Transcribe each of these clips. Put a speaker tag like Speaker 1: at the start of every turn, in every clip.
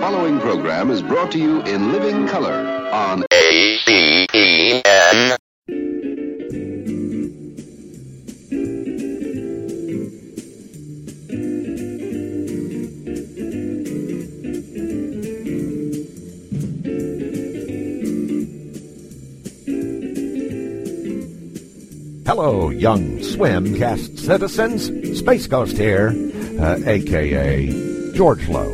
Speaker 1: following program is brought to you in living color on
Speaker 2: E A-C-E-N.
Speaker 3: Hello, young swimcast citizens. Space Ghost here, uh, aka George Lowe,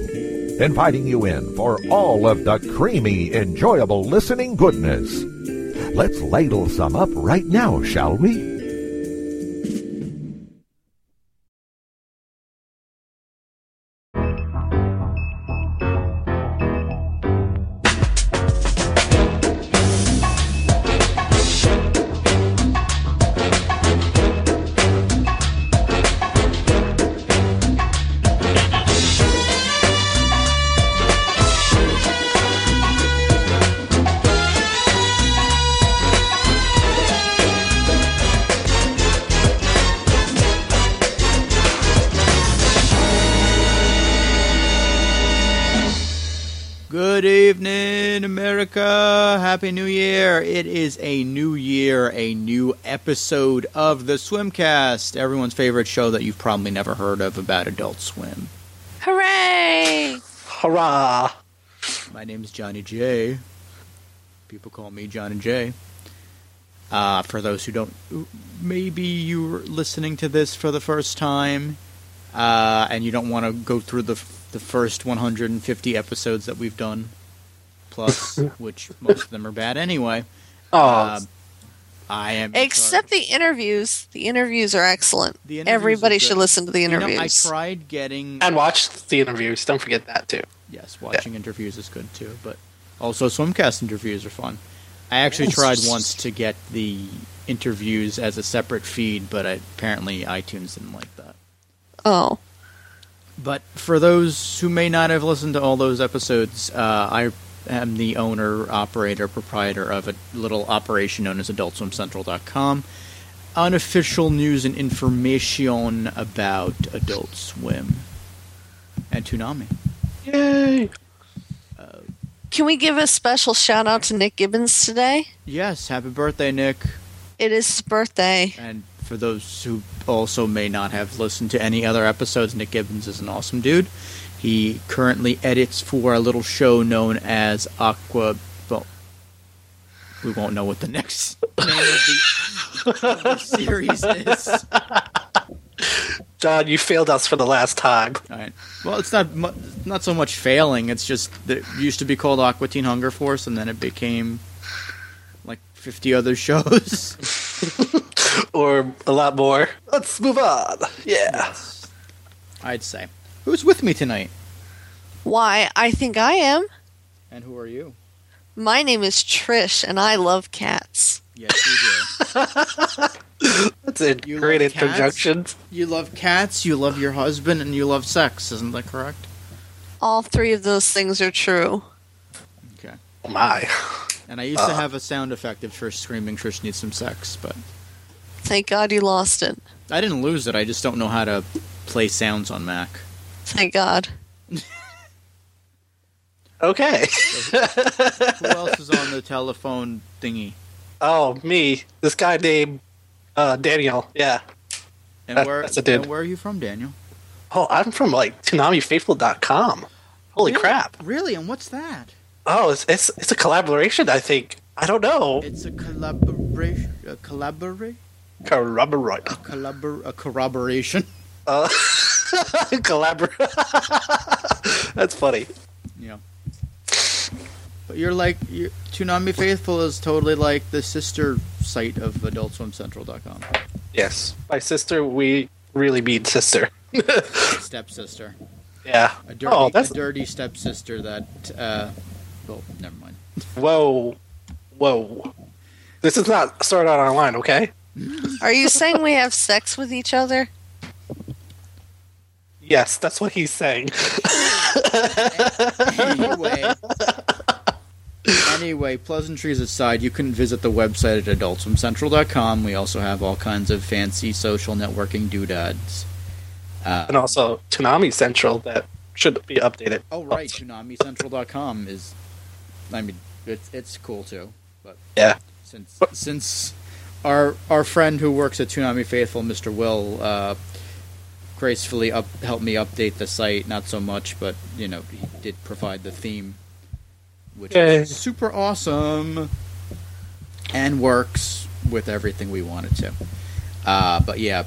Speaker 3: inviting you in for all of the creamy, enjoyable listening goodness. Let's ladle some up right now, shall we?
Speaker 4: Good evening, America. Happy New Year. It is a new year, a new episode of the Swimcast, everyone's favorite show that you've probably never heard of about Adult Swim.
Speaker 5: Hooray!
Speaker 6: Hurrah!
Speaker 4: My name is Johnny J. People call me Johnny J. Uh, for those who don't, maybe you're listening to this for the first time, uh, and you don't want to go through the the first 150 episodes that we've done, plus which most of them are bad anyway.
Speaker 6: Oh,
Speaker 4: Uh, I am
Speaker 5: Except the interviews. The interviews are excellent.
Speaker 4: The interviews
Speaker 5: Everybody
Speaker 4: are good.
Speaker 5: should listen to the
Speaker 4: You know,
Speaker 5: interviews.
Speaker 4: I tried getting
Speaker 6: and watch the interviews. Don't forget that too.
Speaker 4: yes, watching interviews is good too, but also swimcast interviews are fun. I actually
Speaker 6: Yes.
Speaker 4: tried once to get the interviews as a separate feed, but I, apparently iTunes didn't like that.
Speaker 5: oh,
Speaker 4: But for those who may not have listened to all those episodes, uh, I am the owner, operator, proprietor of a little operation known as AdultSwimCentral.com, unofficial news and information about Adult Swim and Toonami.
Speaker 6: Yay!
Speaker 5: can we give a special shout out to Nick Gibbons today?
Speaker 4: Yes, happy birthday, Nick.
Speaker 5: It is his birthday.
Speaker 4: And for those who also may not have listened to any other episodes, Nick Gibbons is an awesome dude. He currently edits for a little show known as Aqua. Well, we won't know what the next name of the, of the series is.
Speaker 6: John, you failed us for the last time.
Speaker 4: All right. Well, it's not mu- not so much failing. It's just that it used to be called Aqua Teen Hunger Force, and then it became like 50 other shows.
Speaker 6: Or a lot more. Let's move on. Yeah.
Speaker 4: I'd say. Who's with me tonight?
Speaker 5: Why? I think I am.
Speaker 4: And who are you?
Speaker 5: My name is Trish, and I love cats.
Speaker 4: Yes, you do.
Speaker 6: That's a
Speaker 4: You
Speaker 6: great
Speaker 4: love cats?
Speaker 6: introduction.
Speaker 4: You love cats, you love your husband, and you love sex. Isn't that correct?
Speaker 5: All three of those things are true.
Speaker 4: Okay.
Speaker 6: Oh my.
Speaker 4: And I used
Speaker 6: Uh,
Speaker 4: to have a sound effect of her screaming Trish needs some sex, but
Speaker 5: Thank God you lost it.
Speaker 4: I didn't lose it. I just don't know how to play sounds on Mac.
Speaker 5: Thank God.
Speaker 6: Okay.
Speaker 4: Who else is on the telephone thingy?
Speaker 6: Oh, me. This guy named uh, Daniel. Yeah.
Speaker 4: And
Speaker 6: That-
Speaker 4: where
Speaker 6: Uh, that's a dude.
Speaker 4: and where are you from, Daniel?
Speaker 6: Oh, I'm from like ToonamiFaithful.com. Holy
Speaker 4: Really?
Speaker 6: crap.
Speaker 4: Really? And what's that?
Speaker 6: Oh, it's, it's it's a collaboration, I think. I don't know.
Speaker 4: It's a collaboration a collaborate
Speaker 6: Corroborate.
Speaker 4: collabor a corroboration.
Speaker 6: Uh, collaborate. That's funny.
Speaker 4: Yeah. But you're like you Toonami Faithful is totally like the sister site of AdultSwimCentral.com.
Speaker 6: Yes. By sister, we really mean sister.
Speaker 4: Stepsister.
Speaker 6: Yeah.
Speaker 4: A dirty,
Speaker 6: oh, that's
Speaker 4: a dirty stepsister that. Uh, well, never mind.
Speaker 6: whoa, whoa. This is not Sword Art Online, okay?
Speaker 5: Are you saying we have sex with each other?
Speaker 6: Yes, that's what he's saying.
Speaker 4: Anyway. anyway, pleasantries aside, you can visit the website at adultswimcentral.com. We also have all kinds of fancy social networking doodads.
Speaker 6: and also Toonami Central that should be updated.
Speaker 4: Oh right, tsunamicentral.com is. I mean, it's it's cool too, but
Speaker 6: Yeah.
Speaker 4: since since our our friend who works at Tsunami Faithful, Mr. Will, uh, gracefully up helped me update the site. Not so much, but you know he did provide the theme, which
Speaker 6: Yay.
Speaker 4: is super awesome and works with everything we wanted to. Uh, but yeah,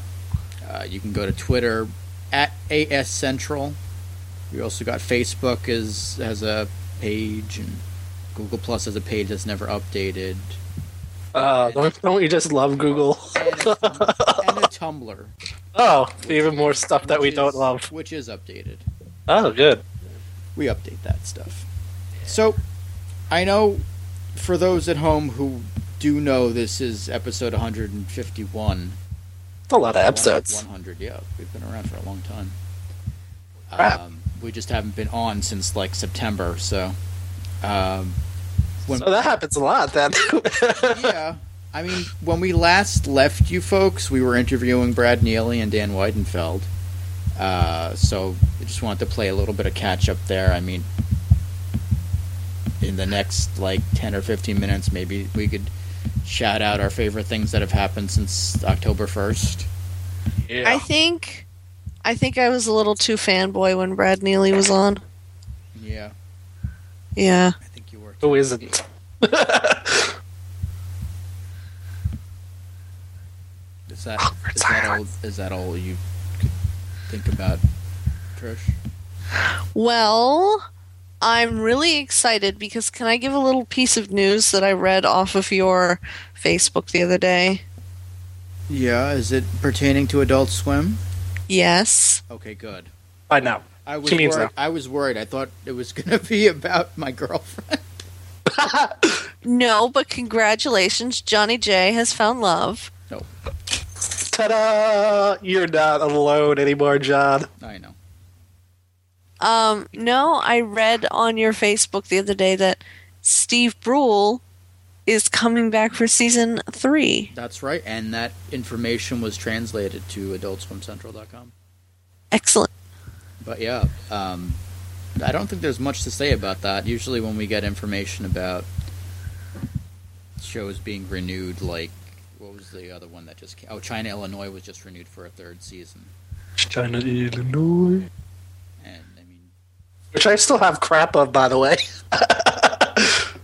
Speaker 4: uh, you can go to Twitter at AS Central. We also got Facebook is has a page and Google Plus has a page that's never updated.
Speaker 6: Uh, don't, don't you just love Google?
Speaker 4: and a, Tum- and a Tumblr.
Speaker 6: Oh, even more stuff that we
Speaker 4: which
Speaker 6: don't
Speaker 4: is-
Speaker 6: love.
Speaker 4: Which is updated.
Speaker 6: Oh, good.
Speaker 4: We update that stuff. So, I know for those at home who do know this is episode 151.
Speaker 6: It's a lot of episodes.
Speaker 4: 100, yeah. We've been around for a long time.
Speaker 6: Crap.
Speaker 4: Um, we just haven't been on since like September, so. Um, when,
Speaker 6: So that happens a lot then.
Speaker 4: yeah. I mean, when we last left you folks, we were interviewing Brad Neely and Dan Weidenfeld. Uh, so I just wanted to play a little bit of catch up there. I mean, in the next like 10 or 15 minutes, maybe we could shout out our favorite things that have happened since October 1st.
Speaker 6: yeah.
Speaker 5: I think I think I was a little too fanboy when Brad Neely was on.
Speaker 4: Yeah,
Speaker 5: Yeah.
Speaker 4: I think you were.
Speaker 6: Who isn't?
Speaker 4: Is that, is that, all, is that all you could think about, Trish?
Speaker 5: Well, I'm really excited because can I give a little piece of news that I read off of your Facebook the other day?
Speaker 4: Yeah, is it pertaining to Adult Swim?
Speaker 5: Yes.
Speaker 4: Okay, good.
Speaker 6: I know.
Speaker 4: I was
Speaker 6: She means
Speaker 4: worried. I was worried. I thought it was going to be about my girlfriend.
Speaker 5: No, but congratulations, Johnny J has found love.
Speaker 6: Ta-da! You're not alone anymore, John.
Speaker 4: I know.
Speaker 5: Um, no, I read on your Facebook the other day that Steve Brule is coming back for season three.
Speaker 4: That's right. And that information was translated to adultswimcentral.com.
Speaker 5: Excellent.
Speaker 4: But yeah, um, I don't think there's much to say about that. Usually, when we get information about shows being renewed, like what was the other one that just came? Oh, China Illinois was just renewed for a third season.
Speaker 6: China, Illinois.
Speaker 4: And I mean,
Speaker 6: Which I still have crap of, by the way.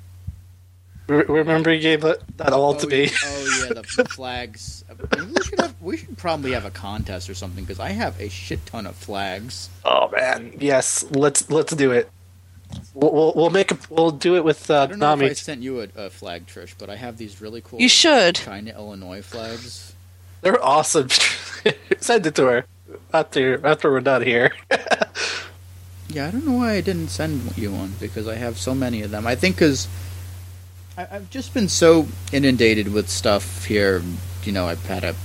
Speaker 6: Re- Remember you gave that that all to
Speaker 4: oh,
Speaker 6: me?
Speaker 4: yeah- Oh yeah, the flags. We should have. We should probably have a contest or something because I have a shit ton of flags.
Speaker 6: Oh man, yes. Let's let's do it. We'll we'll, we'll make a, we'll do it with uh,
Speaker 4: I don't know if I
Speaker 6: Nami.
Speaker 4: sent you a, a flag, Trish, but I have these really cool
Speaker 5: You should.
Speaker 4: China Illinois flags.
Speaker 6: They're awesome. Send it to her after after we're done here.
Speaker 4: Yeah, I don't know why I didn't send you one because I have so many of them. I think because I've just been so inundated with stuff here. You know, I've had a.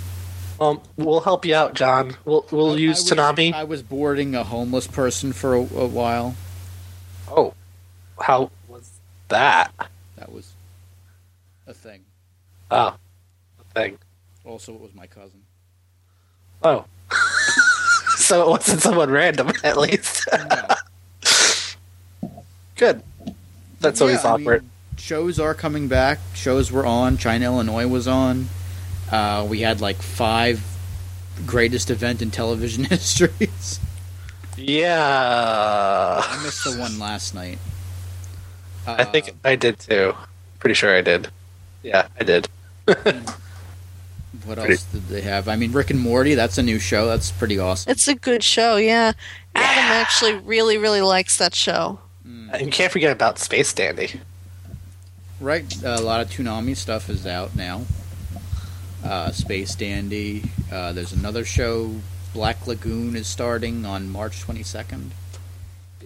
Speaker 6: Um, we'll help you out, John. We'll we'll
Speaker 4: I
Speaker 6: use
Speaker 4: was-
Speaker 6: Tanami.
Speaker 4: I was boarding a homeless person for a, a while.
Speaker 6: oh, how was that?
Speaker 4: That was a thing.
Speaker 6: Oh, thing.
Speaker 4: Also, it was my cousin.
Speaker 6: Oh, so it wasn't someone random, at least.
Speaker 4: No.
Speaker 6: Good. That's always
Speaker 4: Yeah, I
Speaker 6: awkward.
Speaker 4: mean, shows are coming back. Shows were on. China Illinois was on. Uh, we had like five greatest event in television histories.
Speaker 6: yeah,
Speaker 4: I missed the one last night. Uh,
Speaker 6: I think I did too. Pretty sure I did. Yeah, I did.
Speaker 4: What else did they have? I mean, Rick and Morty. That's a new show. That's pretty awesome.
Speaker 5: It's a good show, yeah. Adam actually really, really likes that show.
Speaker 4: Hmm.
Speaker 6: And you can't forget about Space Dandy.
Speaker 4: Right. a lot of Toonami stuff is out now. Uh, Space Dandy. Uh, there's another show. Black Lagoon is starting on March 22nd.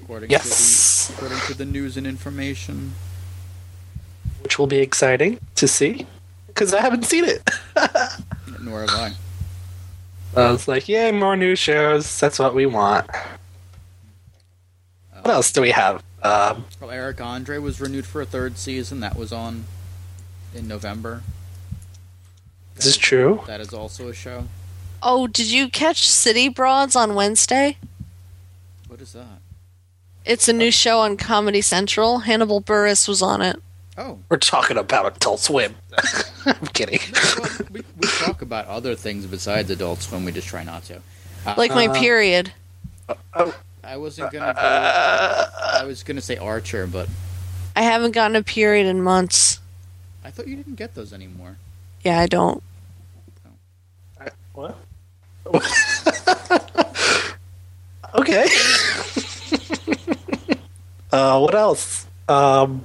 Speaker 4: According
Speaker 6: Yes.
Speaker 4: To the, according to the news and information.
Speaker 6: which will be exciting to see because I haven't seen it.
Speaker 4: Nor have I.
Speaker 6: I was like, yay, more new shows. That's what we want. What
Speaker 4: Oh.
Speaker 6: else do we have? Um,
Speaker 4: Well, Eric Andre was renewed for a third season. That was on in November.
Speaker 6: this is true.
Speaker 4: That is also a show.
Speaker 5: Oh, did you catch City Broads on Wednesday?
Speaker 4: What is that?
Speaker 5: It's a new show on Comedy Central. Hannibal Burris was on it.
Speaker 4: Oh,
Speaker 6: We're talking about Adult Swim. I'm kidding.
Speaker 4: well, we, we talk about other things besides Adult Swim. We just try not to.
Speaker 5: Like my
Speaker 6: Uh,
Speaker 5: period.
Speaker 4: I wasn't gonna. Go, I was gonna say Archer, but
Speaker 5: I haven't gotten a period in months.
Speaker 4: I thought you didn't get those anymore.
Speaker 5: Yeah, I don't.
Speaker 6: What? okay. uh, what else? Um,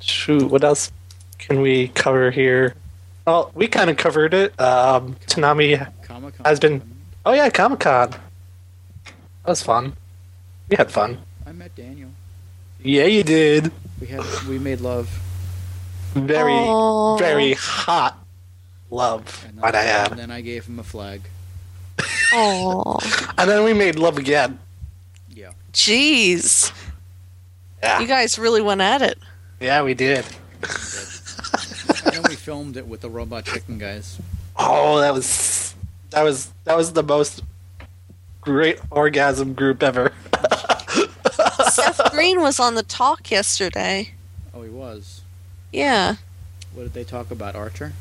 Speaker 6: shoot, what else can we cover here? Oh, we kind of covered it. Um, Tanami.
Speaker 4: Comic Con
Speaker 6: Has been- Oh yeah, Comic Con. That was fun. We had fun.
Speaker 4: I met Daniel.
Speaker 6: Yeah, you did.
Speaker 4: We had we made love.
Speaker 6: Very,
Speaker 5: Aw.
Speaker 6: very hot love,
Speaker 4: And then,
Speaker 6: might I
Speaker 4: and
Speaker 6: add.
Speaker 4: then I gave him a flag.
Speaker 5: Oh,
Speaker 6: And then we made love again.
Speaker 4: Yeah.
Speaker 5: jeez.
Speaker 6: Yeah,
Speaker 5: You guys really went at it.
Speaker 6: yeah, we did.
Speaker 4: and then we filmed it with the robot chicken guys.
Speaker 6: Oh, that was that was that was the most great orgasm group ever.
Speaker 5: Seth Green was on the talk yesterday.
Speaker 4: Oh, he was.
Speaker 5: Yeah.
Speaker 4: What did they talk about? Archer.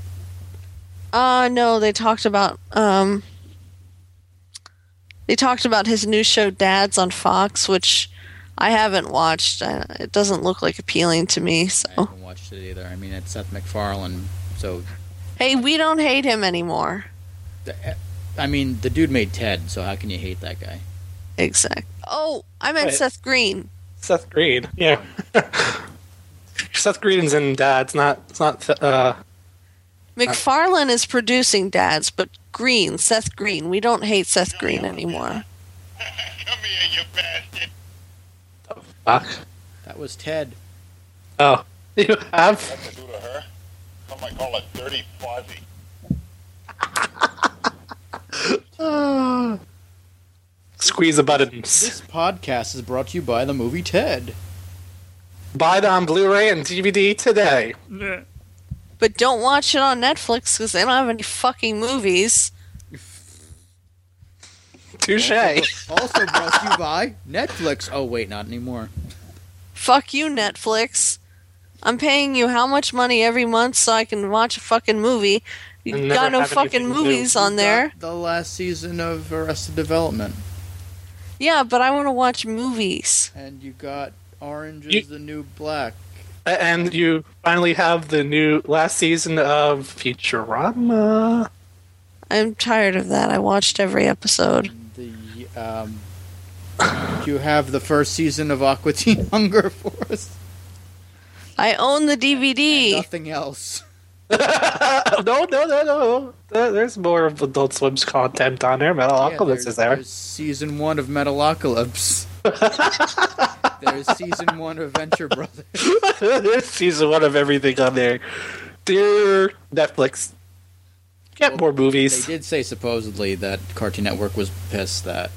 Speaker 5: Uh no, they talked about um they talked about his new show Dads on Fox, which I haven't watched. Uh, It doesn't look like appealing to me.
Speaker 4: I
Speaker 5: So,
Speaker 4: haven't watched it either. I mean, it's Seth MacFarlane, so
Speaker 5: hey, we don't hate him anymore.
Speaker 4: the, I mean, the dude made Ted, so how can you hate that guy?
Speaker 5: Exact. Oh, I meant
Speaker 6: Wait.
Speaker 5: Seth Green.
Speaker 6: Seth Green. Yeah. Seth Green's in Dad's not it's not uh
Speaker 5: McFarlane is producing Dads, but Green, Seth Green. We don't hate Seth Green anymore.
Speaker 2: Come here, you bastard.
Speaker 6: fuck.
Speaker 4: That was Ted.
Speaker 6: Oh. You have
Speaker 2: What to do to her? Come, I call it dirty Fozzie.
Speaker 6: squeeze the buttons.
Speaker 4: This podcast is brought to you by the movie Ted.
Speaker 6: Buy it on Blu-ray and DVD today.
Speaker 5: But don't watch it on Netflix because they don't have any fucking movies.
Speaker 6: Touche.
Speaker 4: Also brought to you by Netflix. Oh wait, not anymore.
Speaker 5: Fuck you, Netflix. I'm paying you how much money every month so I can watch a fucking movie.
Speaker 6: And
Speaker 5: You
Speaker 6: never
Speaker 5: got no
Speaker 6: have
Speaker 5: fucking
Speaker 6: anything to
Speaker 5: movies on there.
Speaker 4: The last season of Arrested Development,
Speaker 5: Yeah, but I want to watch movies.
Speaker 4: and you got Orange is
Speaker 6: You-
Speaker 4: the New Black.
Speaker 6: And you finally have the new last season of Futurama.
Speaker 5: I'm tired of that. I watched every episode.
Speaker 4: and The um, you have the first season of Aqua Teen Hunger Force.
Speaker 5: I own the
Speaker 4: and
Speaker 5: DVD.
Speaker 4: Nothing else.
Speaker 6: no, no, no, no. There- There's more of Adult Swim's content on there.
Speaker 4: Yeah,
Speaker 6: Metalocalypse
Speaker 4: there's-
Speaker 6: is there.
Speaker 4: There's season one of Metalocalypse. there's season one of Venture Brothers.
Speaker 6: there's season one of everything on there. Dear Netflix, get more
Speaker 4: They
Speaker 6: movies.
Speaker 4: did say supposedly that Cartoon Network was pissed that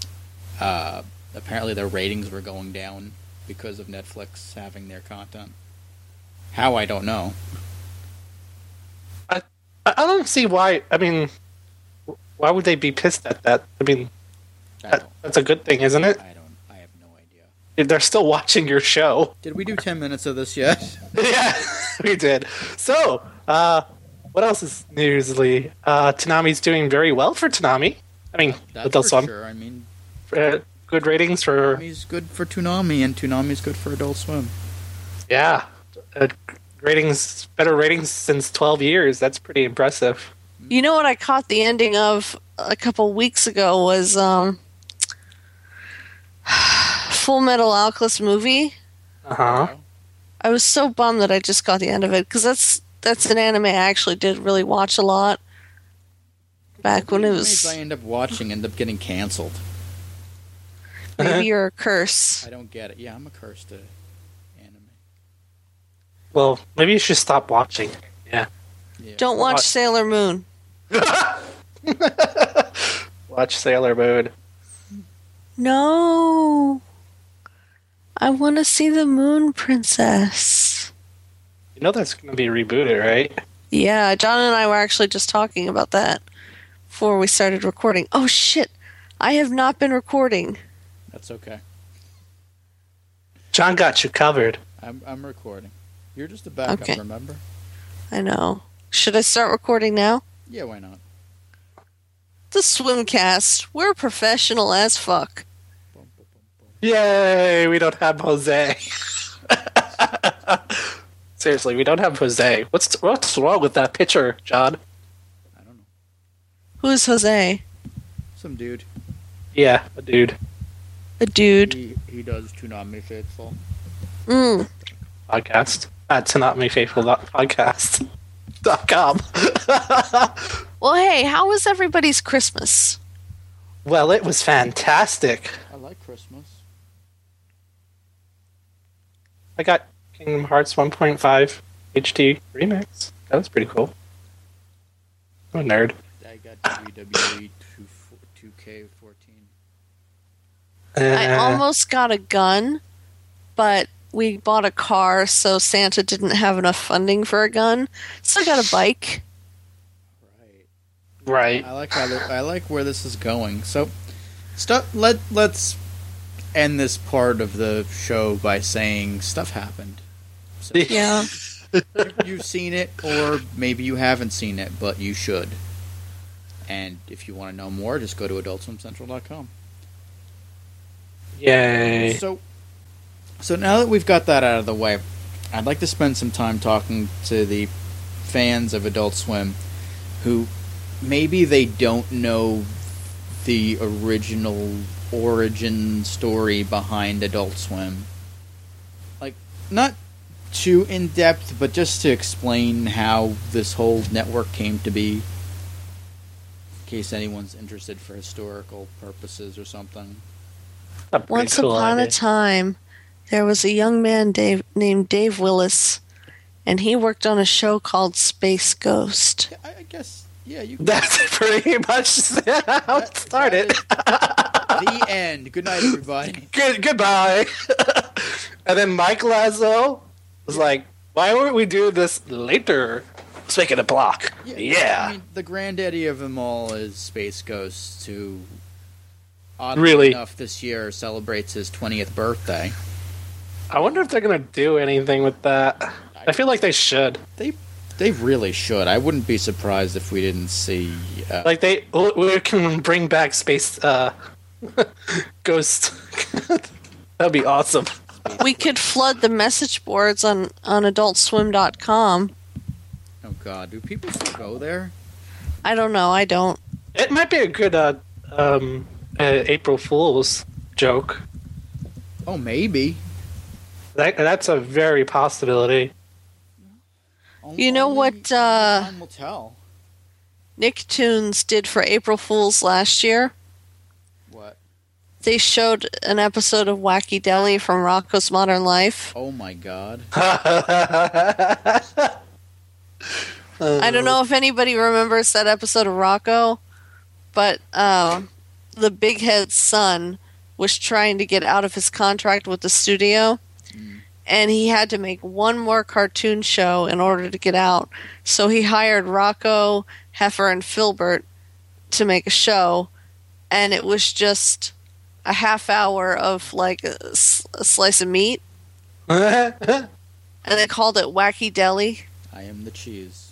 Speaker 4: uh, apparently their ratings were going down because of Netflix having their content. How I don't know.
Speaker 6: I I don't see why. I mean, why would they be pissed at that? I mean,
Speaker 4: I
Speaker 6: that,
Speaker 4: don't.
Speaker 6: that's a good thing, isn't it?
Speaker 4: I don't. I have no idea.
Speaker 6: They're still watching your show.
Speaker 4: Did we do ten minutes of this yet?
Speaker 6: yeah, we did. So, uh, what else is newsly? Uh, Tanami's doing very well for Tanami. I mean,
Speaker 4: That's
Speaker 6: Adult
Speaker 4: for
Speaker 6: Swim.
Speaker 4: sure. I mean,
Speaker 6: Uh, good ratings for
Speaker 4: Toonami's good for Toonami, and Toonami's good for Adult Swim.
Speaker 6: Yeah, uh, ratings better ratings since twelve years. That's pretty impressive.
Speaker 5: You know what I caught the ending of a couple weeks ago was um Full Metal Alchemist movie.
Speaker 6: Uh huh.
Speaker 5: I was so bummed that I just got the end of it because that's that's an anime I actually did really watch a lot back when it
Speaker 4: Animes I
Speaker 5: was
Speaker 4: end up watching end up getting canceled.
Speaker 5: maybe you're a curse.
Speaker 4: I don't get it. Yeah, I'm a curse to anime.
Speaker 6: Well, maybe you should stop watching. Yeah,
Speaker 4: Yeah.
Speaker 5: Don't watch
Speaker 6: What?
Speaker 5: Sailor Moon.
Speaker 6: watch Sailor Moon.
Speaker 5: No, I want to see the Moon Princess.
Speaker 6: You know that's gonna be rebooted, right?
Speaker 5: Yeah, John and I were actually just talking about that before we started recording. Oh shit, I have not been recording.
Speaker 4: That's okay.
Speaker 6: John got you covered.
Speaker 4: I'm, I'm recording. You're just a backup,
Speaker 5: Okay.
Speaker 4: remember?
Speaker 5: I know. Should I start recording now?
Speaker 4: Yeah, why not?
Speaker 5: The Swimcast. We're professional as fuck.
Speaker 4: Bum, bum, bum, bum.
Speaker 6: Yay, we don't have Jose. Seriously, we don't have Jose. What's what's wrong with that picture, John?
Speaker 4: I don't know.
Speaker 5: Who's Jose?
Speaker 4: Some dude.
Speaker 6: Yeah, a dude.
Speaker 5: A dude.
Speaker 4: He, he does Toonami Faithful.
Speaker 5: Mm.
Speaker 6: Podcast. At Tanatmi Faithful Podcast. Dot com.
Speaker 5: Well, hey, how was everybody's Christmas?
Speaker 6: well, it was fantastic.
Speaker 4: I like Christmas.
Speaker 6: I got Kingdom Hearts 1.5 HD remix. That was pretty cool. I'm a nerd.
Speaker 4: I got E WWE 2, 2K14.
Speaker 5: I
Speaker 6: Uh,
Speaker 5: almost got a gun, but we bought a car, so Santa didn't have enough funding for a gun. So I got a bike.
Speaker 4: Right.
Speaker 6: right.
Speaker 4: I like how the, I like where this is going. So, stuff. Let let's end this part of the show by saying stuff happened. So
Speaker 5: Yeah.
Speaker 4: you've seen it, or maybe you haven't seen it, but you should. And if you want to know more, just go to adultswimcentral.com.
Speaker 6: Yay.
Speaker 4: So, so now that we've got that out of the way, I'd like to spend some time talking to the fans of Adult Swim, who maybe they don't know the original origin story behind Adult Swim. Like, not too in depth, but just to explain how this whole network came to be. In case anyone's interested for historical purposes or something.
Speaker 6: That's a pretty
Speaker 5: Once
Speaker 6: cool
Speaker 5: upon a
Speaker 6: idea.
Speaker 5: time, there was a young man Dave, named Dave Willis, and he worked on a show called Space Ghost.
Speaker 4: Yeah, I, I guess. Yeah, you.
Speaker 6: That's pretty much how it started.
Speaker 4: the end. Good night, everybody.
Speaker 6: Good, goodbye. and then Mike Lazo was like, why would we do this later? Let's make it a block. Yeah.
Speaker 4: I mean, the granddaddy of them all is Space Ghost, who, oddly
Speaker 6: Really?
Speaker 4: enough, this year celebrates his 20th birthday.
Speaker 6: I wonder if they're going to do anything with that. I feel like they should.
Speaker 4: They really should. I wouldn't be surprised if we didn't see. Uh,
Speaker 6: Like, they we- we can bring back space uh, ghost. That'd be awesome.
Speaker 5: We could flood the message boards on, on adultswim.com.
Speaker 4: oh, God. Do people still go there?
Speaker 5: I don't know. I don't.
Speaker 6: It might be a good uh, um, uh, April Fool's joke.
Speaker 4: Oh, maybe.
Speaker 6: That, that's a very possibility.
Speaker 5: You know what, uh,
Speaker 4: Time will tell.
Speaker 5: Nicktoons did for April Fools last year.
Speaker 4: What?
Speaker 5: They showed an episode of Wacky Deli from Rocco's Modern Life.
Speaker 4: Oh, my God.
Speaker 5: I don't know if anybody remembers that episode of Rocco, but um, the big head's son was trying to get out of his contract with the studio, and he had to make one more cartoon show in order to get out. So he hired Rocco, Heifer, and Filbert to make a show, and it was just a half hour of like a, s- a slice of meat, and they called it Wacky Deli.
Speaker 4: I am the cheese.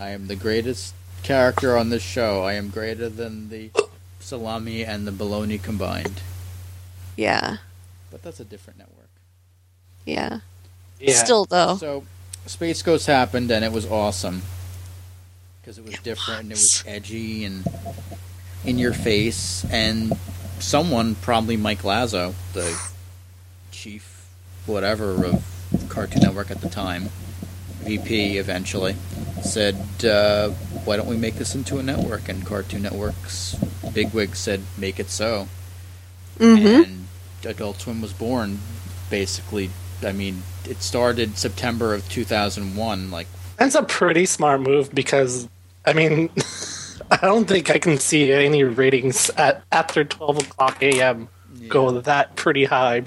Speaker 4: I am the greatest character on this show. I am greater than the salami and the bologna combined.
Speaker 5: Yeah,
Speaker 4: But that's a different network.
Speaker 5: yeah.
Speaker 6: Yeah.
Speaker 5: Still though.
Speaker 4: So, Space Ghost happened, and it was awesome because it was different and it was edgy and in your face. And someone, probably Mike Lazo, the chief, whatever of Cartoon Network at the time, VP eventually, said, uh, "Why don't we make this into a network?" And Cartoon Network's bigwig said, "Make it so."
Speaker 5: Mm-hmm.
Speaker 4: and Adult Swim was born. Basically, I mean, it started September of 2001. Like,
Speaker 6: That's a pretty smart move because, I mean, I don't think I can see any ratings at after 12 o'clock a.m. go that pretty high.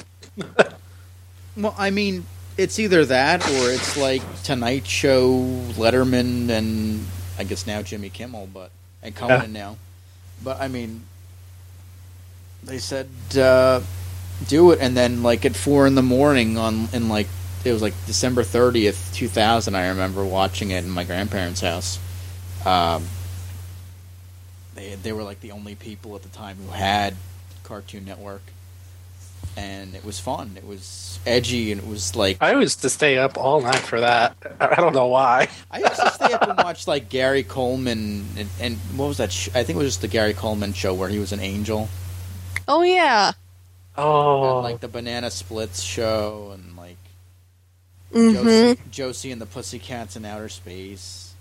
Speaker 4: well, I mean, it's either that or it's like Tonight Show, Letterman, and I guess now Jimmy Kimmel, but and Conan now. But I mean, they said uh, do it, and then like at four in the morning on in like it was like December thirtieth, two thousand. I remember watching it in my grandparents' house. Um, they they were like the only people at the time who had Cartoon Network, and it was fun. It was edgy, and it was like
Speaker 6: I used to stay up all night for that. I I don't know why.
Speaker 4: I used to stay up and watch like Gary Coleman and, and what was that? Sh- I think it was just the Gary Coleman show where he was an angel.
Speaker 5: Oh yeah.
Speaker 6: Oh,
Speaker 4: and, like the Banana Splits show and like Mm-hmm.
Speaker 5: hmm
Speaker 4: Josie, Josie and the Pussycats in Outer Space.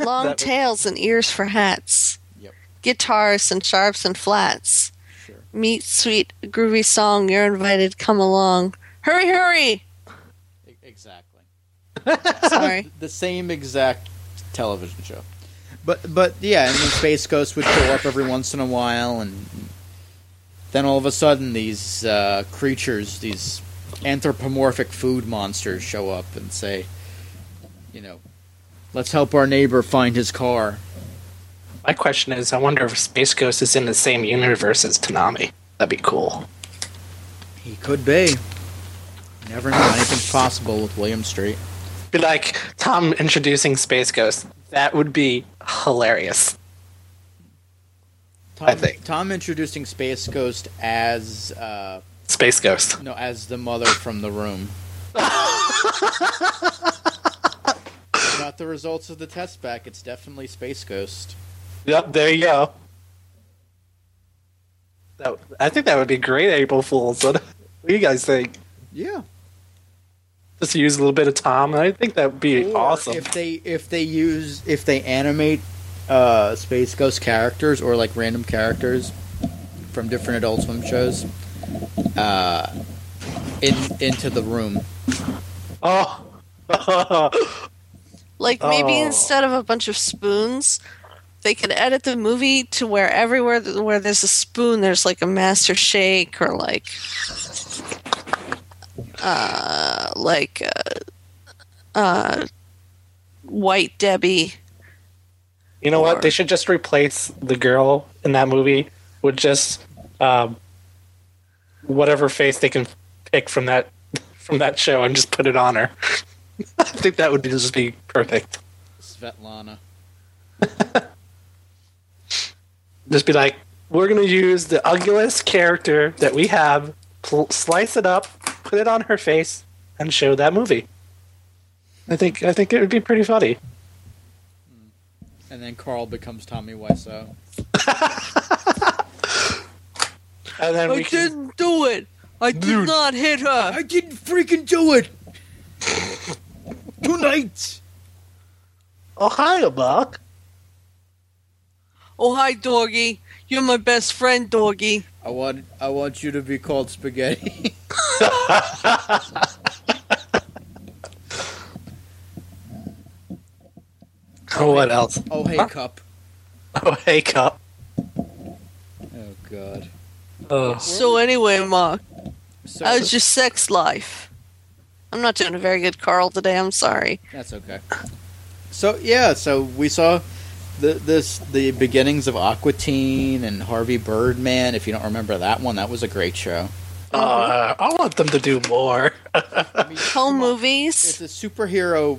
Speaker 5: Long tails and ears for hats.
Speaker 4: Yep.
Speaker 5: Guitars and sharps and flats.
Speaker 4: Sure.
Speaker 5: Meet sweet groovy song. You're invited. Come along. Hurry, hurry.
Speaker 4: E- Exactly.
Speaker 5: Sorry.
Speaker 4: The same exact television show. But but yeah, and then Space Ghost would show up every once in a while and then all of a sudden these uh, creatures, these anthropomorphic food monsters show up and say, you know, let's help our neighbor find his car.
Speaker 6: my question is, I wonder if Space Ghost is in the same universe as Tanami. That'd be cool.
Speaker 4: He could be. Never know. Anything's possible with William Street.
Speaker 6: Be like Tom introducing Space Ghost. That would be hilarious.
Speaker 4: Tom,
Speaker 6: I think.
Speaker 4: Tom introducing Space Ghost as uh,
Speaker 6: Space Ghost.
Speaker 4: no as the mother from the room. Not the results of the test back. It's definitely Space Ghost.
Speaker 6: Yep, there you go. That, I think that would be great April Fools. What, what do you guys think?
Speaker 4: Yeah,
Speaker 6: Just use a little bit of Tom. I think that would be awesome.
Speaker 4: If they if they use if they animate uh, Space Ghost characters or like random characters from different Adult Swim shows uh, in into the room.
Speaker 6: oh,
Speaker 5: Like maybe
Speaker 6: Oh.
Speaker 5: instead of a bunch of spoons, they could edit the movie to where everywhere th- where there's a spoon, there's like a master shake or like, uh, like, uh, uh, White Debbie.
Speaker 6: you know
Speaker 5: Or-
Speaker 6: what? They should just replace the girl in that movie with just um, whatever face they can pick from that from that show and just put it on her. I think that would just be perfect.
Speaker 4: Svetlana.
Speaker 6: just be like, we're gonna use the ugliest character that we have, pl- slice it up, put it on her face, and show that movie. I think I think it would be pretty funny.
Speaker 4: And then Carl becomes Tommy Wiseau.
Speaker 6: And then we can-
Speaker 5: do it. I did not hit her.
Speaker 4: didn't freaking do it! Tonight!
Speaker 6: oh hi, Buck.
Speaker 5: Oh hi, doggy. You're my best friend, doggy.
Speaker 4: I want I want you to be called spaghetti.
Speaker 6: Oh, what else?
Speaker 4: oh hey cup.
Speaker 6: Oh hey, cup.
Speaker 4: Oh god.
Speaker 6: Oh,
Speaker 5: So anyway, Mark,
Speaker 4: So,
Speaker 5: how's your sex life? I'm not doing a very good Carl today. I'm sorry.
Speaker 4: that's okay. So yeah, so we saw the this the beginnings of Aqua Teen and Harvey Birdman. If you don't remember that one, that was a great show.
Speaker 6: uh, I want them to do more.
Speaker 4: I mean,
Speaker 5: Home
Speaker 4: come on.
Speaker 5: movies.
Speaker 4: It's a superhero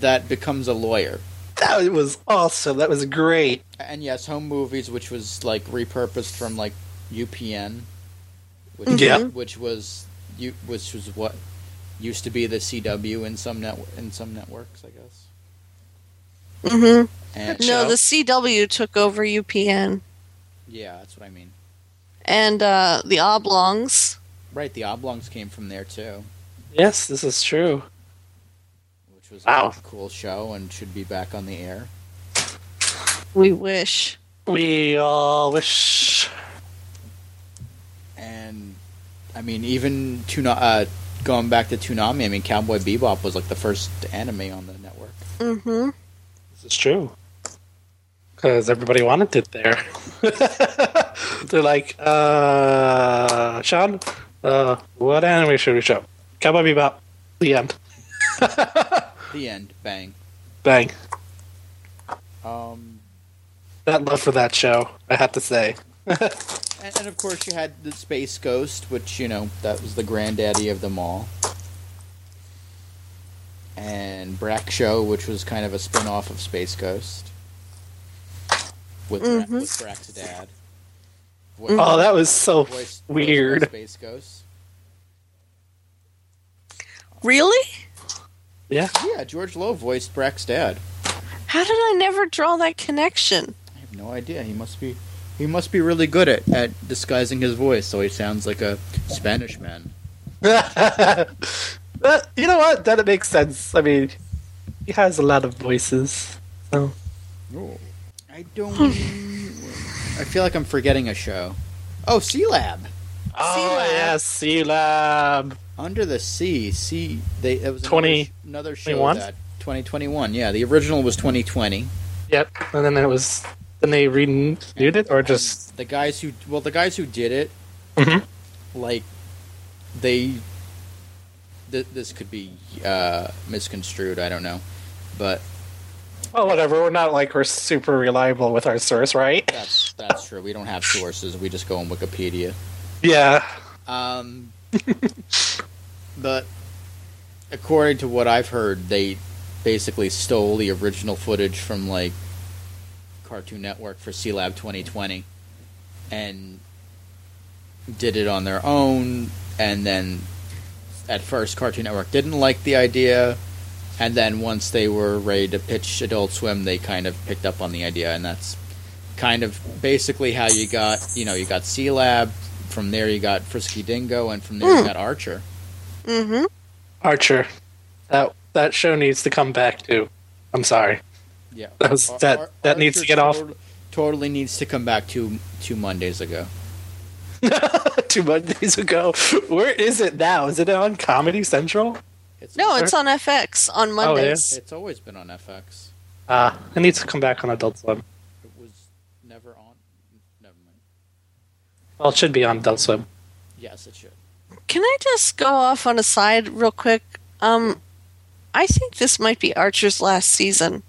Speaker 4: that becomes a lawyer.
Speaker 6: that was awesome. That was great.
Speaker 4: And yes, home movies, which was like repurposed from like UPN, which,
Speaker 6: Yeah.
Speaker 4: which was you, which was what used to be the CW in some net in some networks, I guess.
Speaker 5: hmm
Speaker 4: And
Speaker 5: No,
Speaker 6: show.
Speaker 5: the CW took over UPN
Speaker 4: yeah, that's what I mean.
Speaker 5: and uh, the Oblongs.
Speaker 4: Right, the Oblongs came from there too,
Speaker 6: Yes, this is true.
Speaker 4: which was like,
Speaker 6: Wow.
Speaker 4: a cool show and should be back on the air.
Speaker 5: We wish.
Speaker 6: We all wish.
Speaker 4: And I mean, even Tuna, uh, going back to Toonami, I mean, Cowboy Bebop was like the first anime on the network.
Speaker 5: hmm
Speaker 6: This is true. Because everybody wanted it there. They're like, uh, Sean, uh, what anime should we show? Cowboy Bebop. The end.
Speaker 4: The end, bang.
Speaker 6: Bang.
Speaker 4: Um,
Speaker 6: That love for that show, I have to say.
Speaker 4: And, and of course, you had the Space Ghost, which, you know, that was the granddaddy of them all. And Brack Show, which was kind of a spin off of Space Ghost. With, Bra-
Speaker 5: Mhm.
Speaker 4: with Brack's dad. Voice-
Speaker 6: Oh, that was so
Speaker 4: voice- voiced by
Speaker 6: weird.
Speaker 4: Space Ghost.
Speaker 5: Really?
Speaker 6: Yeah.
Speaker 4: Yeah, George Lowe voiced Brack's dad.
Speaker 5: How did I never draw that connection?
Speaker 4: I have no idea. He must be he must be really good at, at disguising his voice so he sounds like a Spanish man.
Speaker 6: But you know what? That it makes sense. I mean, he has a lot of voices. So
Speaker 4: I don't I feel like I'm forgetting a show. Oh, Sea Lab.
Speaker 5: C-Lab.
Speaker 6: Oh, yeah, C Lab.
Speaker 4: Under the Sea. Sea they that was another-
Speaker 6: 20
Speaker 4: another show
Speaker 6: 21?
Speaker 4: that 2021. Yeah, the original was 2020.
Speaker 6: Yep. And then it was. Then they renewed it, or just
Speaker 4: the guys who well the guys who did it
Speaker 6: Mhm.
Speaker 4: like they th- this could be uh, misconstrued i don't know but
Speaker 6: oh whatever. We're not like we're super reliable with our source, right?
Speaker 4: that's that's true we don't have sources we just go on wikipedia
Speaker 6: Yeah.
Speaker 4: um, but according to what i've heard they basically stole the original footage from like cartoon network for c lab 2020 and did it on their own and then at first cartoon network didn't like the idea and then once they were ready to pitch adult swim they kind of picked up on the idea and that's kind of basically how you got you know you got c lab from there you got frisky dingo and from there
Speaker 5: Hmm.
Speaker 4: you got archer
Speaker 5: Mm-hmm.
Speaker 6: Archer. That that show needs to come back too. I'm sorry.
Speaker 4: yeah
Speaker 6: That was-
Speaker 4: Ar-
Speaker 6: that-
Speaker 4: Ar-
Speaker 6: that needs to
Speaker 4: Archer
Speaker 6: get off.
Speaker 4: tot- totally needs to come back two two mondays ago
Speaker 6: Two Mondays ago. Where is it now? Is it on Comedy Central?
Speaker 4: it's
Speaker 5: No, it's on FX on
Speaker 6: Oh, it
Speaker 5: Mondays.
Speaker 6: is?
Speaker 4: it's always been on fx
Speaker 6: Ah, it needs to come back on Adult Swim.
Speaker 4: it was never on never mind
Speaker 6: Well, it should be on Adult Swim.
Speaker 4: yes it should
Speaker 5: Can I just go off on a side real quick? Um, I think this might be Archer's last season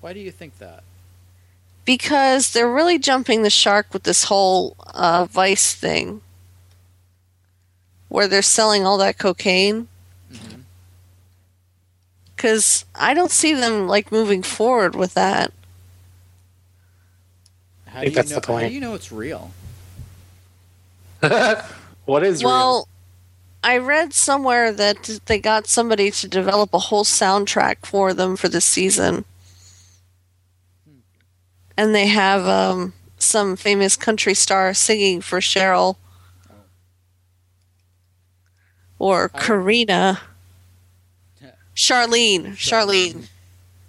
Speaker 4: why do you think that
Speaker 5: because they're really jumping the shark with this whole uh, Vice thing where they're selling all that cocaine. Because I don't see them like moving forward with that.
Speaker 4: how
Speaker 6: I
Speaker 4: do
Speaker 6: think
Speaker 4: you
Speaker 6: that's
Speaker 4: know
Speaker 6: the point.
Speaker 4: how do you know it's real
Speaker 6: What is
Speaker 5: Well, I read somewhere that they got somebody to develop a whole soundtrack for them for this season. And they have um, some famous country star singing for Cheryl or Karina.
Speaker 4: Yeah.
Speaker 5: Charlene. Charlene.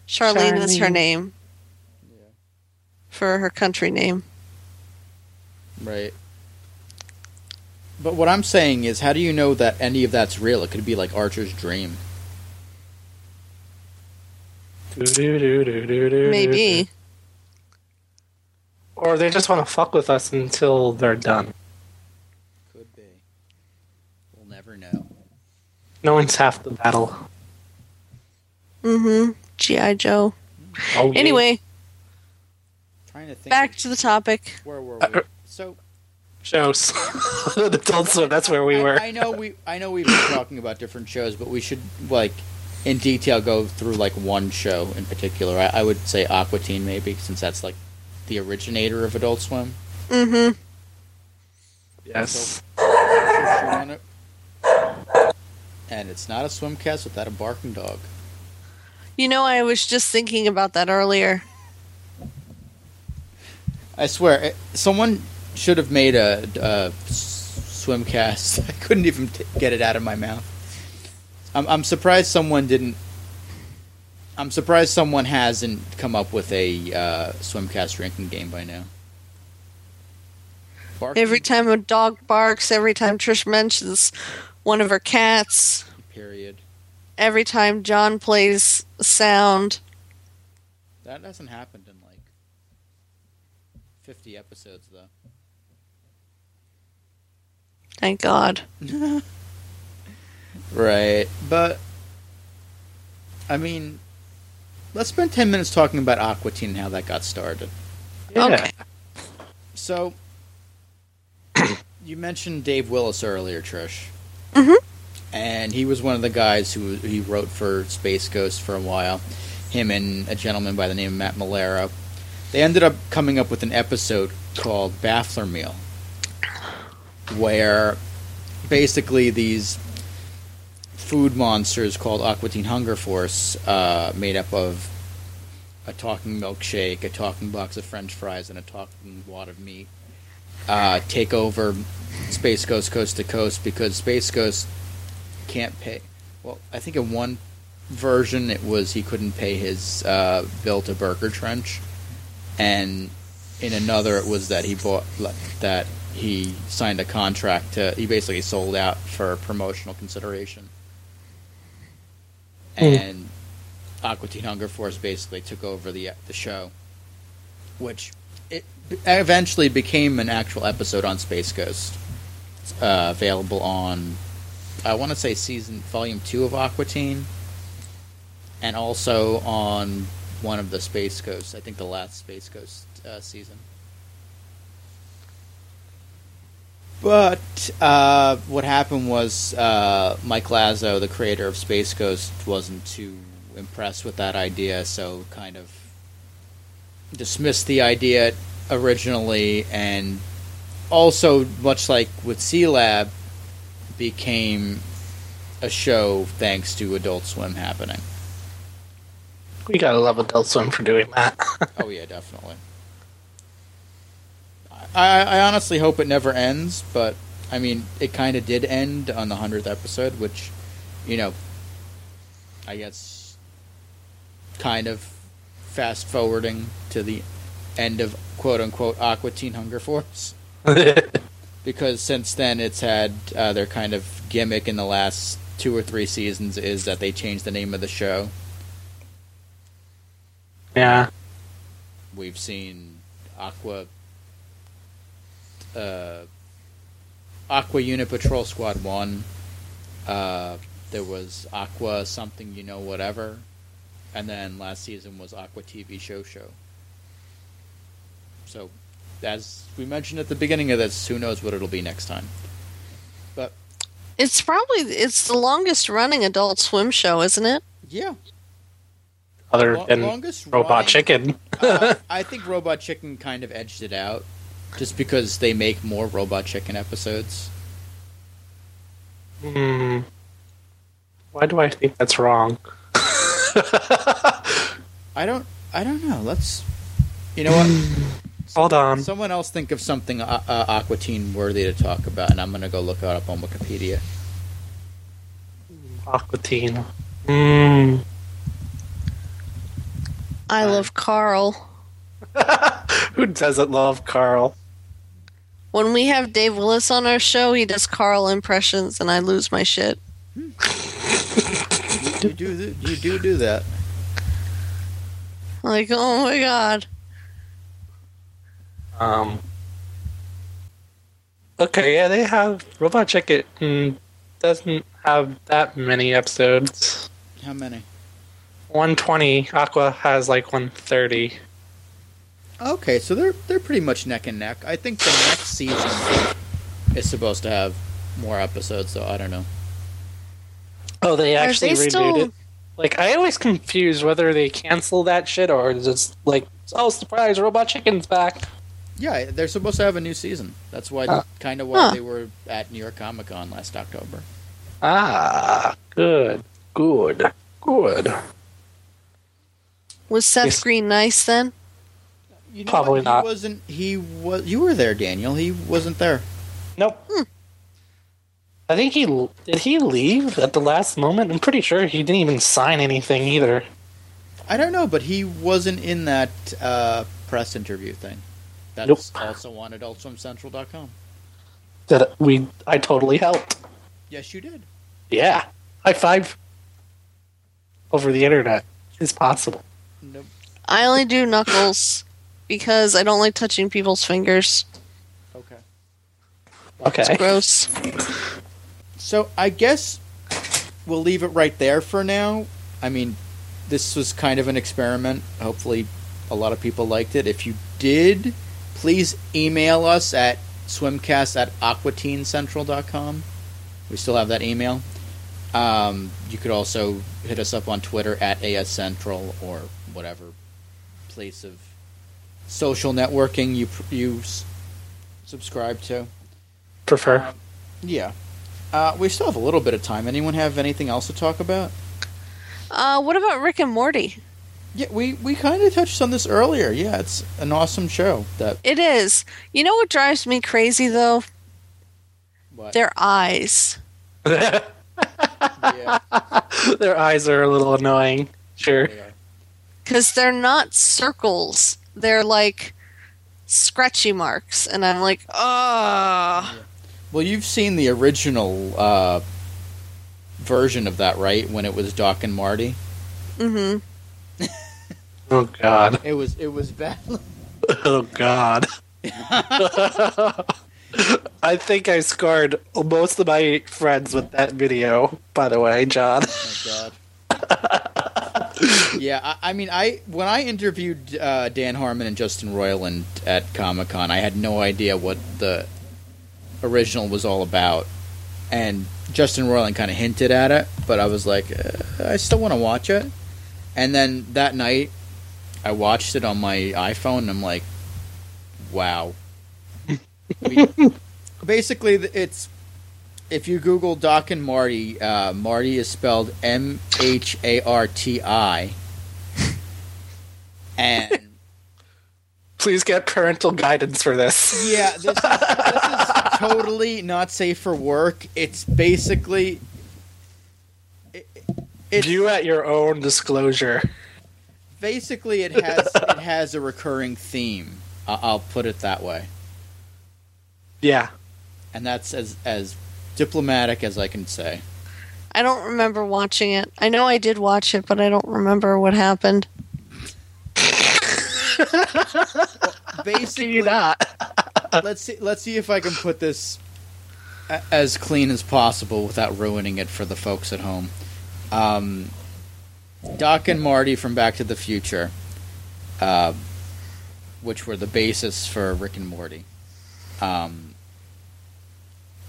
Speaker 5: Charlene is her
Speaker 6: Charlene.
Speaker 5: name for her country name.
Speaker 4: right but what i'm saying is how do you know that any of that's real it could be like archer's dream
Speaker 6: real?
Speaker 5: Maybe.
Speaker 6: Or they just want to fuck with us until they're done.
Speaker 4: could be we'll never know
Speaker 6: No one's half the battle.
Speaker 5: Mm hmm. G.I. Joe.
Speaker 6: Oh, yeah.
Speaker 5: Anyway,
Speaker 4: trying to think
Speaker 5: back to the topic.
Speaker 4: where were
Speaker 6: Uh,
Speaker 4: we so
Speaker 6: shows. Adult Swim. That's where we
Speaker 4: I-
Speaker 6: were.
Speaker 4: I, know we I know we've been talking about different shows, but we should like in detail go through like one show in particular. I, I would say Aqua Teen maybe, since that's like the originator of Adult Swim.
Speaker 5: Mm hmm.
Speaker 6: Yes.
Speaker 4: Just shoot on it. And it's not a swimcast without a barking dog.
Speaker 5: You know, I was just thinking about that earlier.
Speaker 4: I swear, it, someone should have made a, a s- swimcast. I couldn't even t- get it out of my mouth. I'm, I'm surprised someone didn't. I'm surprised someone hasn't come up with a uh, swimcast drinking game by now. Bark
Speaker 5: Every time a dog barks, every time Trish mentions one of her cats,
Speaker 4: period.
Speaker 5: every time John plays a sound.
Speaker 4: That hasn't happened in like 50 episodes though.
Speaker 5: Thank God.
Speaker 4: Right, but I mean, let's spend 10 minutes talking about Aquatine and how that got started.
Speaker 6: Yeah.
Speaker 5: Okay.
Speaker 4: So, you mentioned Dave Willis earlier, Trish.
Speaker 5: Mhm.
Speaker 4: And he was one of the guys who he wrote for Space Ghost for a while. Him and a gentleman by the name of Matt Malera. They ended up coming up with an episode called Baffler Meal, where basically these food monsters called Aquatine Hunger Force, uh, made up of a talking milkshake, a talking box of French fries, and a talking wad of meat, uh, take over Space Ghost coast to coast because Space Ghost can't pay. Well, I think in one version it was he couldn't pay his uh, bill to Burger Trench, and in another it was that he bought like, that he signed a contract to he basically sold out for promotional consideration,
Speaker 6: Hmm.
Speaker 4: and Aqua Teen Hunger Force basically took over the the show, which it eventually became an actual episode on Space Ghost, uh, available on I want to say season volume two of Aqua Teen, and also on one of the Space Ghosts. I think the last Space Ghost uh, season. But uh, what happened was uh, Mike Lazo, the creator of Space Ghost, wasn't too impressed with that idea, so kind of dismissed the idea originally, and also, much like with C Lab, became a show thanks to Adult Swim happening.
Speaker 6: We gotta love Adult Swim for doing that.
Speaker 4: Oh yeah, definitely. I, I honestly hope it never ends, but I mean, it kind of did end on the hundredth episode, which, you know, I guess, kind of fast forwarding to the end of quote unquote Aqua Teen Hunger Force because since then it's had uh, their kind of gimmick in the last two or three seasons is that they changed the name of the show.
Speaker 6: yeah.
Speaker 4: we've seen Aqua uh, Aqua Unit Patrol Squad One. Uh, there was Aqua something you know whatever, and then last season was Aqua TV Show Show. So, as we mentioned at the beginning of this, who knows what it'll be next time?
Speaker 5: It's probably it's the longest running Adult Swim show, isn't it?
Speaker 4: Yeah,
Speaker 6: Other
Speaker 4: lo-
Speaker 6: than
Speaker 4: longest
Speaker 6: Robot
Speaker 4: running-
Speaker 6: Chicken.
Speaker 4: Uh, I think Robot Chicken kind of edged it out, just because they make more Robot Chicken episodes.
Speaker 6: Hmm. Why do I think that's wrong?
Speaker 4: I don't. I don't know. Let's. You know what?
Speaker 6: Hold on.
Speaker 4: Someone else think of something uh, uh, Aquatine worthy to talk about, and I'm gonna go look it up on Wikipedia.
Speaker 6: Aquatine. Mm.
Speaker 5: I love Carl.
Speaker 6: Who doesn't love Carl?
Speaker 5: When we have Dave Willis on our show, he does Carl impressions, and I lose my shit.
Speaker 4: You do. th- You do do that.
Speaker 5: Like, oh my god,
Speaker 6: Um. Okay, yeah, they have Robot Chicken mm, doesn't have that many episodes.
Speaker 4: How many?
Speaker 6: 120. Aqua has like 130.
Speaker 4: Okay, so they're they're pretty much neck and neck. I think the next season is supposed to have more episodes, though. I don't know.
Speaker 6: Oh, they
Speaker 5: Are
Speaker 6: actually
Speaker 5: they
Speaker 6: renewed
Speaker 5: still-
Speaker 6: it. Like I always confuse whether they cancel that shit or just like oh surprise, Robot Chicken's back.
Speaker 4: Yeah, they're supposed to have a new season. That's why,
Speaker 6: Uh, Huh.
Speaker 4: kind of why
Speaker 5: Huh.
Speaker 4: they were at New York Comic Con last October.
Speaker 6: Ah, good, good, good.
Speaker 5: was Seth
Speaker 6: Yes.
Speaker 5: Green nice then?
Speaker 4: You know
Speaker 6: Probably
Speaker 4: what?
Speaker 6: not.
Speaker 4: He wasn't. He was. You were there, Daniel. He wasn't there.
Speaker 6: Nope.
Speaker 5: Hmm.
Speaker 6: I think he did. He leave at the last moment. I'm pretty sure he didn't even sign anything either.
Speaker 4: I don't know, but he wasn't in that uh, press interview thing. That's
Speaker 6: Nope.
Speaker 4: also on AdultSwimCentral.com.
Speaker 6: That we, I totally helped.
Speaker 4: Yes, you did.
Speaker 6: Yeah, high five over the internet is possible.
Speaker 4: Nope.
Speaker 5: I only do knuckles because I don't like touching people's fingers.
Speaker 4: Okay.
Speaker 6: Okay.
Speaker 5: Gross.
Speaker 4: So I guess we'll leave it right there for now. I mean, this was kind of an experiment. Hopefully, a lot of people liked it. If you did, please email us at swimcast at aquatinecentral.com. We still have that email. Um, you could also hit us up on Twitter at AS Central or whatever place of social networking you you s- subscribe to.
Speaker 6: Prefer.
Speaker 4: Yeah. Uh, we still have a little bit of time. Anyone have anything else to talk about?
Speaker 5: Uh, what about Rick and Morty?
Speaker 4: Yeah, we, we kind of touched on this earlier. Yeah, it's an awesome show. That
Speaker 5: It is. You know what drives me crazy though?
Speaker 4: what,
Speaker 5: Their eyes.
Speaker 4: yeah,
Speaker 6: Their eyes are a little annoying. Sure.
Speaker 4: they are.
Speaker 5: Because they're not circles. They're like scratchy marks. And I'm like, oh.
Speaker 4: Well, you've seen the original uh, version of that, right? When it was Doc and Marty,
Speaker 5: Mm-hmm.
Speaker 6: Oh god.
Speaker 4: it was it was bad.
Speaker 6: Oh god. I think I scarred most of my friends with that video, by the way, John.
Speaker 4: Oh God. yeah, I, I mean, I when I interviewed uh, Dan Harmon and Justin Roiland at Comic Con, I had no idea what the original was all about, and Justin Roiland kind of hinted at it, but I was like, uh, I still want to watch it. And then that night, I watched it on my iPhone, and I'm like, wow. We- basically, th- it's if you Google Doc and Marty, uh, Marty is spelled M H A R T I. And
Speaker 6: Please get parental guidance for this.
Speaker 4: yeah, this is, this is totally not safe for work. It's basically it, it's
Speaker 6: View at your own disclosure.
Speaker 4: basically it has it has a recurring theme. I- I'll put it that way,
Speaker 6: Yeah.
Speaker 4: and that's as as diplomatic as I can say.
Speaker 5: I don't remember watching it. I know I did watch it, but I don't remember what happened.
Speaker 4: Basically,
Speaker 6: Do you not?
Speaker 4: let's see let's see if I can put this a- as clean as possible without ruining it for the folks at home. Um, Doc and Marty from Back to the Future, uh, which were the basis for Rick and Morty. Um,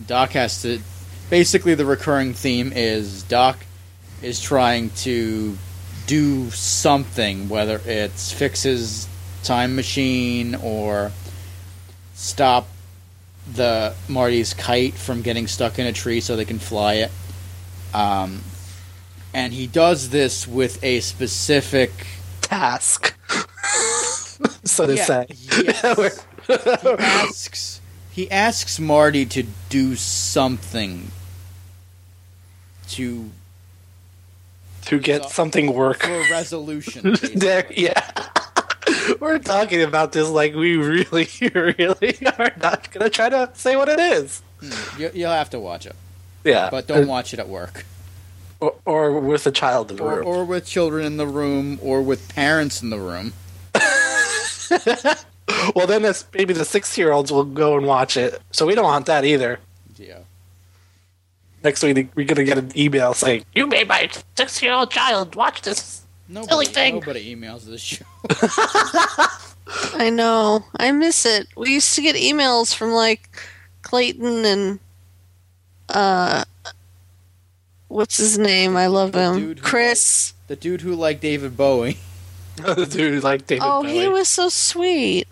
Speaker 4: Doc has to basically the recurring theme is Doc is trying to do something, whether it's fix his time machine or stop the Marty's kite from getting stuck in a tree so they can fly it. Um, and he does this with a specific.
Speaker 6: Task. so to
Speaker 4: Yeah,
Speaker 6: say.
Speaker 4: yes. He asks, he asks Marty to do something to
Speaker 6: to get something work.
Speaker 4: for a resolution. basically.
Speaker 6: There, yeah. We're talking about this like we really, really are not gonna try to say what it is.
Speaker 4: you, you'll have to watch it,
Speaker 6: Yeah,
Speaker 4: but don't watch it at work.
Speaker 6: or, or with a child in the
Speaker 4: or,
Speaker 6: room.
Speaker 4: or with children in the room, or with parents in the room.
Speaker 6: well, then it's maybe the six-year-olds will go and watch it. So we don't want that either.
Speaker 4: Yeah.
Speaker 6: Next week we're gonna get an email saying you made my six-year-old child watch this.
Speaker 4: Nobody,
Speaker 6: thing.
Speaker 4: nobody emails this show.
Speaker 5: I know. I miss it. We used to get emails from like Clayton and uh what's his name? I love him.
Speaker 4: dude who-
Speaker 5: Chris.
Speaker 4: The dude who liked David Bowie.
Speaker 6: Dude, like David.
Speaker 5: Oh,
Speaker 6: Bowie.
Speaker 5: he was so sweet.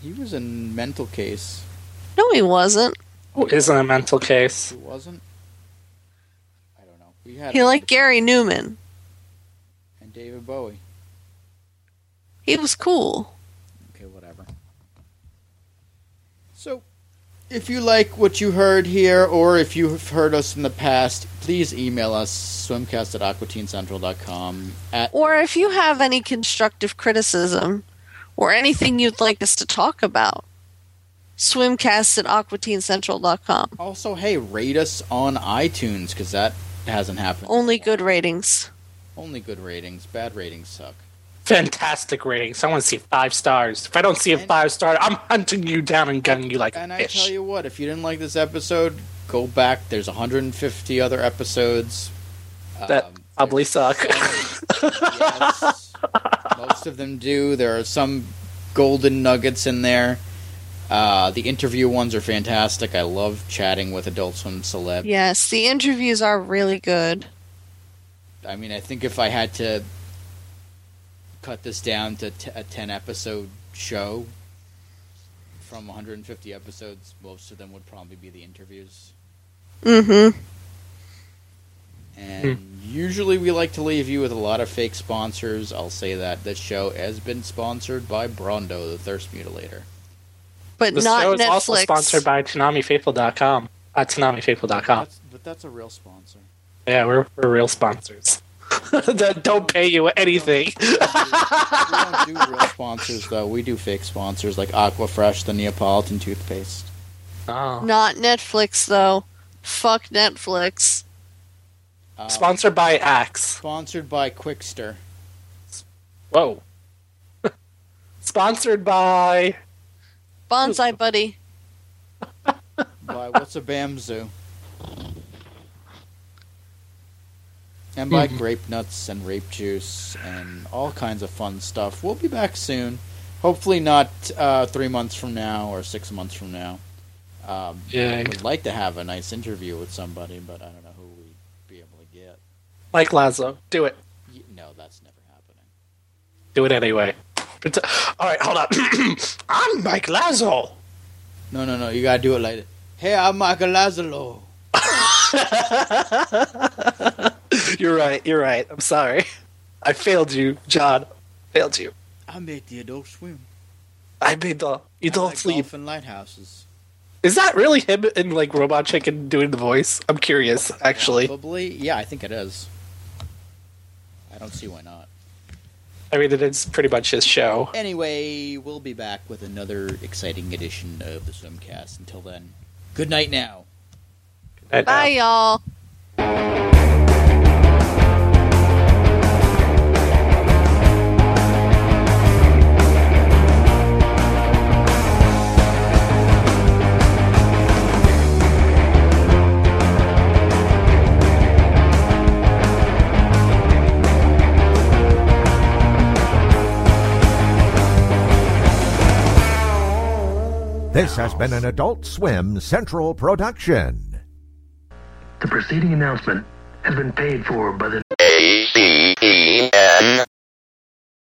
Speaker 4: He was a mental case.
Speaker 5: No, he wasn't.
Speaker 6: Who isn't a mental case.
Speaker 4: He wasn't. I don't know. We had
Speaker 5: He liked Gary Newman.
Speaker 4: and David Bowie.
Speaker 5: He was cool.
Speaker 4: Okay, whatever. So, if you like what you heard here, or if you have heard us in the past, please email us swimcast at aquatinecentral.com. At
Speaker 5: Or if you have any constructive criticism or anything you'd like us to talk about, swimcast at aquatinecentral.com.
Speaker 4: also, hey, rate us on iTunes because that hasn't happened.
Speaker 5: Only good ratings.
Speaker 4: Only good ratings. Bad ratings suck.
Speaker 6: Fantastic rating. So I want to see five stars. If I don't see a
Speaker 4: And-
Speaker 6: five star, I'm hunting you down and gunning you like
Speaker 4: And
Speaker 6: a
Speaker 4: I
Speaker 6: fish.
Speaker 4: tell you what, if you didn't like this episode, go back. There's 150 other episodes.
Speaker 6: that
Speaker 4: Um,
Speaker 6: probably suck.
Speaker 4: yes, most of them do. There are some golden nuggets in there. Uh, the interview ones are fantastic. I love chatting with Adult Swim celeb.
Speaker 5: Yes, the interviews are really good.
Speaker 4: I mean, I think if I had to cut this down to t- a 10 episode show from 150 episodes, most of them would probably be the interviews.
Speaker 5: Mm-hmm.
Speaker 4: And usually we like to leave you with a lot of fake sponsors. I'll say that. This show has been sponsored by Brondo, the Thirst Mutilator.
Speaker 5: But
Speaker 6: The show
Speaker 5: not
Speaker 6: is also
Speaker 5: Netflix.
Speaker 6: sponsored by TanamiFaithful.com. At TanamiFaithful.com.
Speaker 4: That's, but that's a real sponsor.
Speaker 6: Yeah, we're, we're real sponsors. that don't pay you anything.
Speaker 4: We don't do real sponsors, though. We do fake sponsors like Aquafresh, the Neapolitan toothpaste.
Speaker 6: Oh.
Speaker 5: Not Netflix though. Fuck Netflix.
Speaker 4: Um,
Speaker 6: Sponsored by Axe.
Speaker 4: sponsored by Quickster.
Speaker 6: Whoa. Sponsored by
Speaker 5: Bonsai Buddy.
Speaker 4: by What's a Bamzoo. And by grape nuts and rape juice and all kinds of fun stuff. We'll be back soon. Hopefully, not uh, three months from now or six months from now. Um, I
Speaker 6: Yay.
Speaker 4: would like to have a nice interview with somebody, but I don't know who we'd be able to get.
Speaker 6: Mike Lazo. Do it.
Speaker 4: Y- No, that's never happening.
Speaker 6: Do it anyway. Pret- All right, hold up. I'm Mike Lazo.
Speaker 4: No, no, no. You gotta do it later. Hey, I'm Michael Lazzolo.
Speaker 6: You're right. You're right. I'm sorry. I failed you, John. Failed you.
Speaker 4: I made the adult swim.
Speaker 6: I made the. You
Speaker 4: I
Speaker 6: don't
Speaker 4: like
Speaker 6: sleep.
Speaker 4: Golf and lighthouses.
Speaker 6: Is that really him in like Robot Chicken doing the voice? I'm curious, actually.
Speaker 4: Probably. Yeah, I think it is. I don't see why not.
Speaker 6: I mean, it is pretty much his show.
Speaker 4: Anyway, we'll be back with another exciting edition of the Swimcast. Until then, good night now.
Speaker 6: And, uh,
Speaker 5: Bye y'all.
Speaker 3: This has been an Adult Swim Central production.
Speaker 7: The preceding announcement has been paid for by the
Speaker 2: A C E N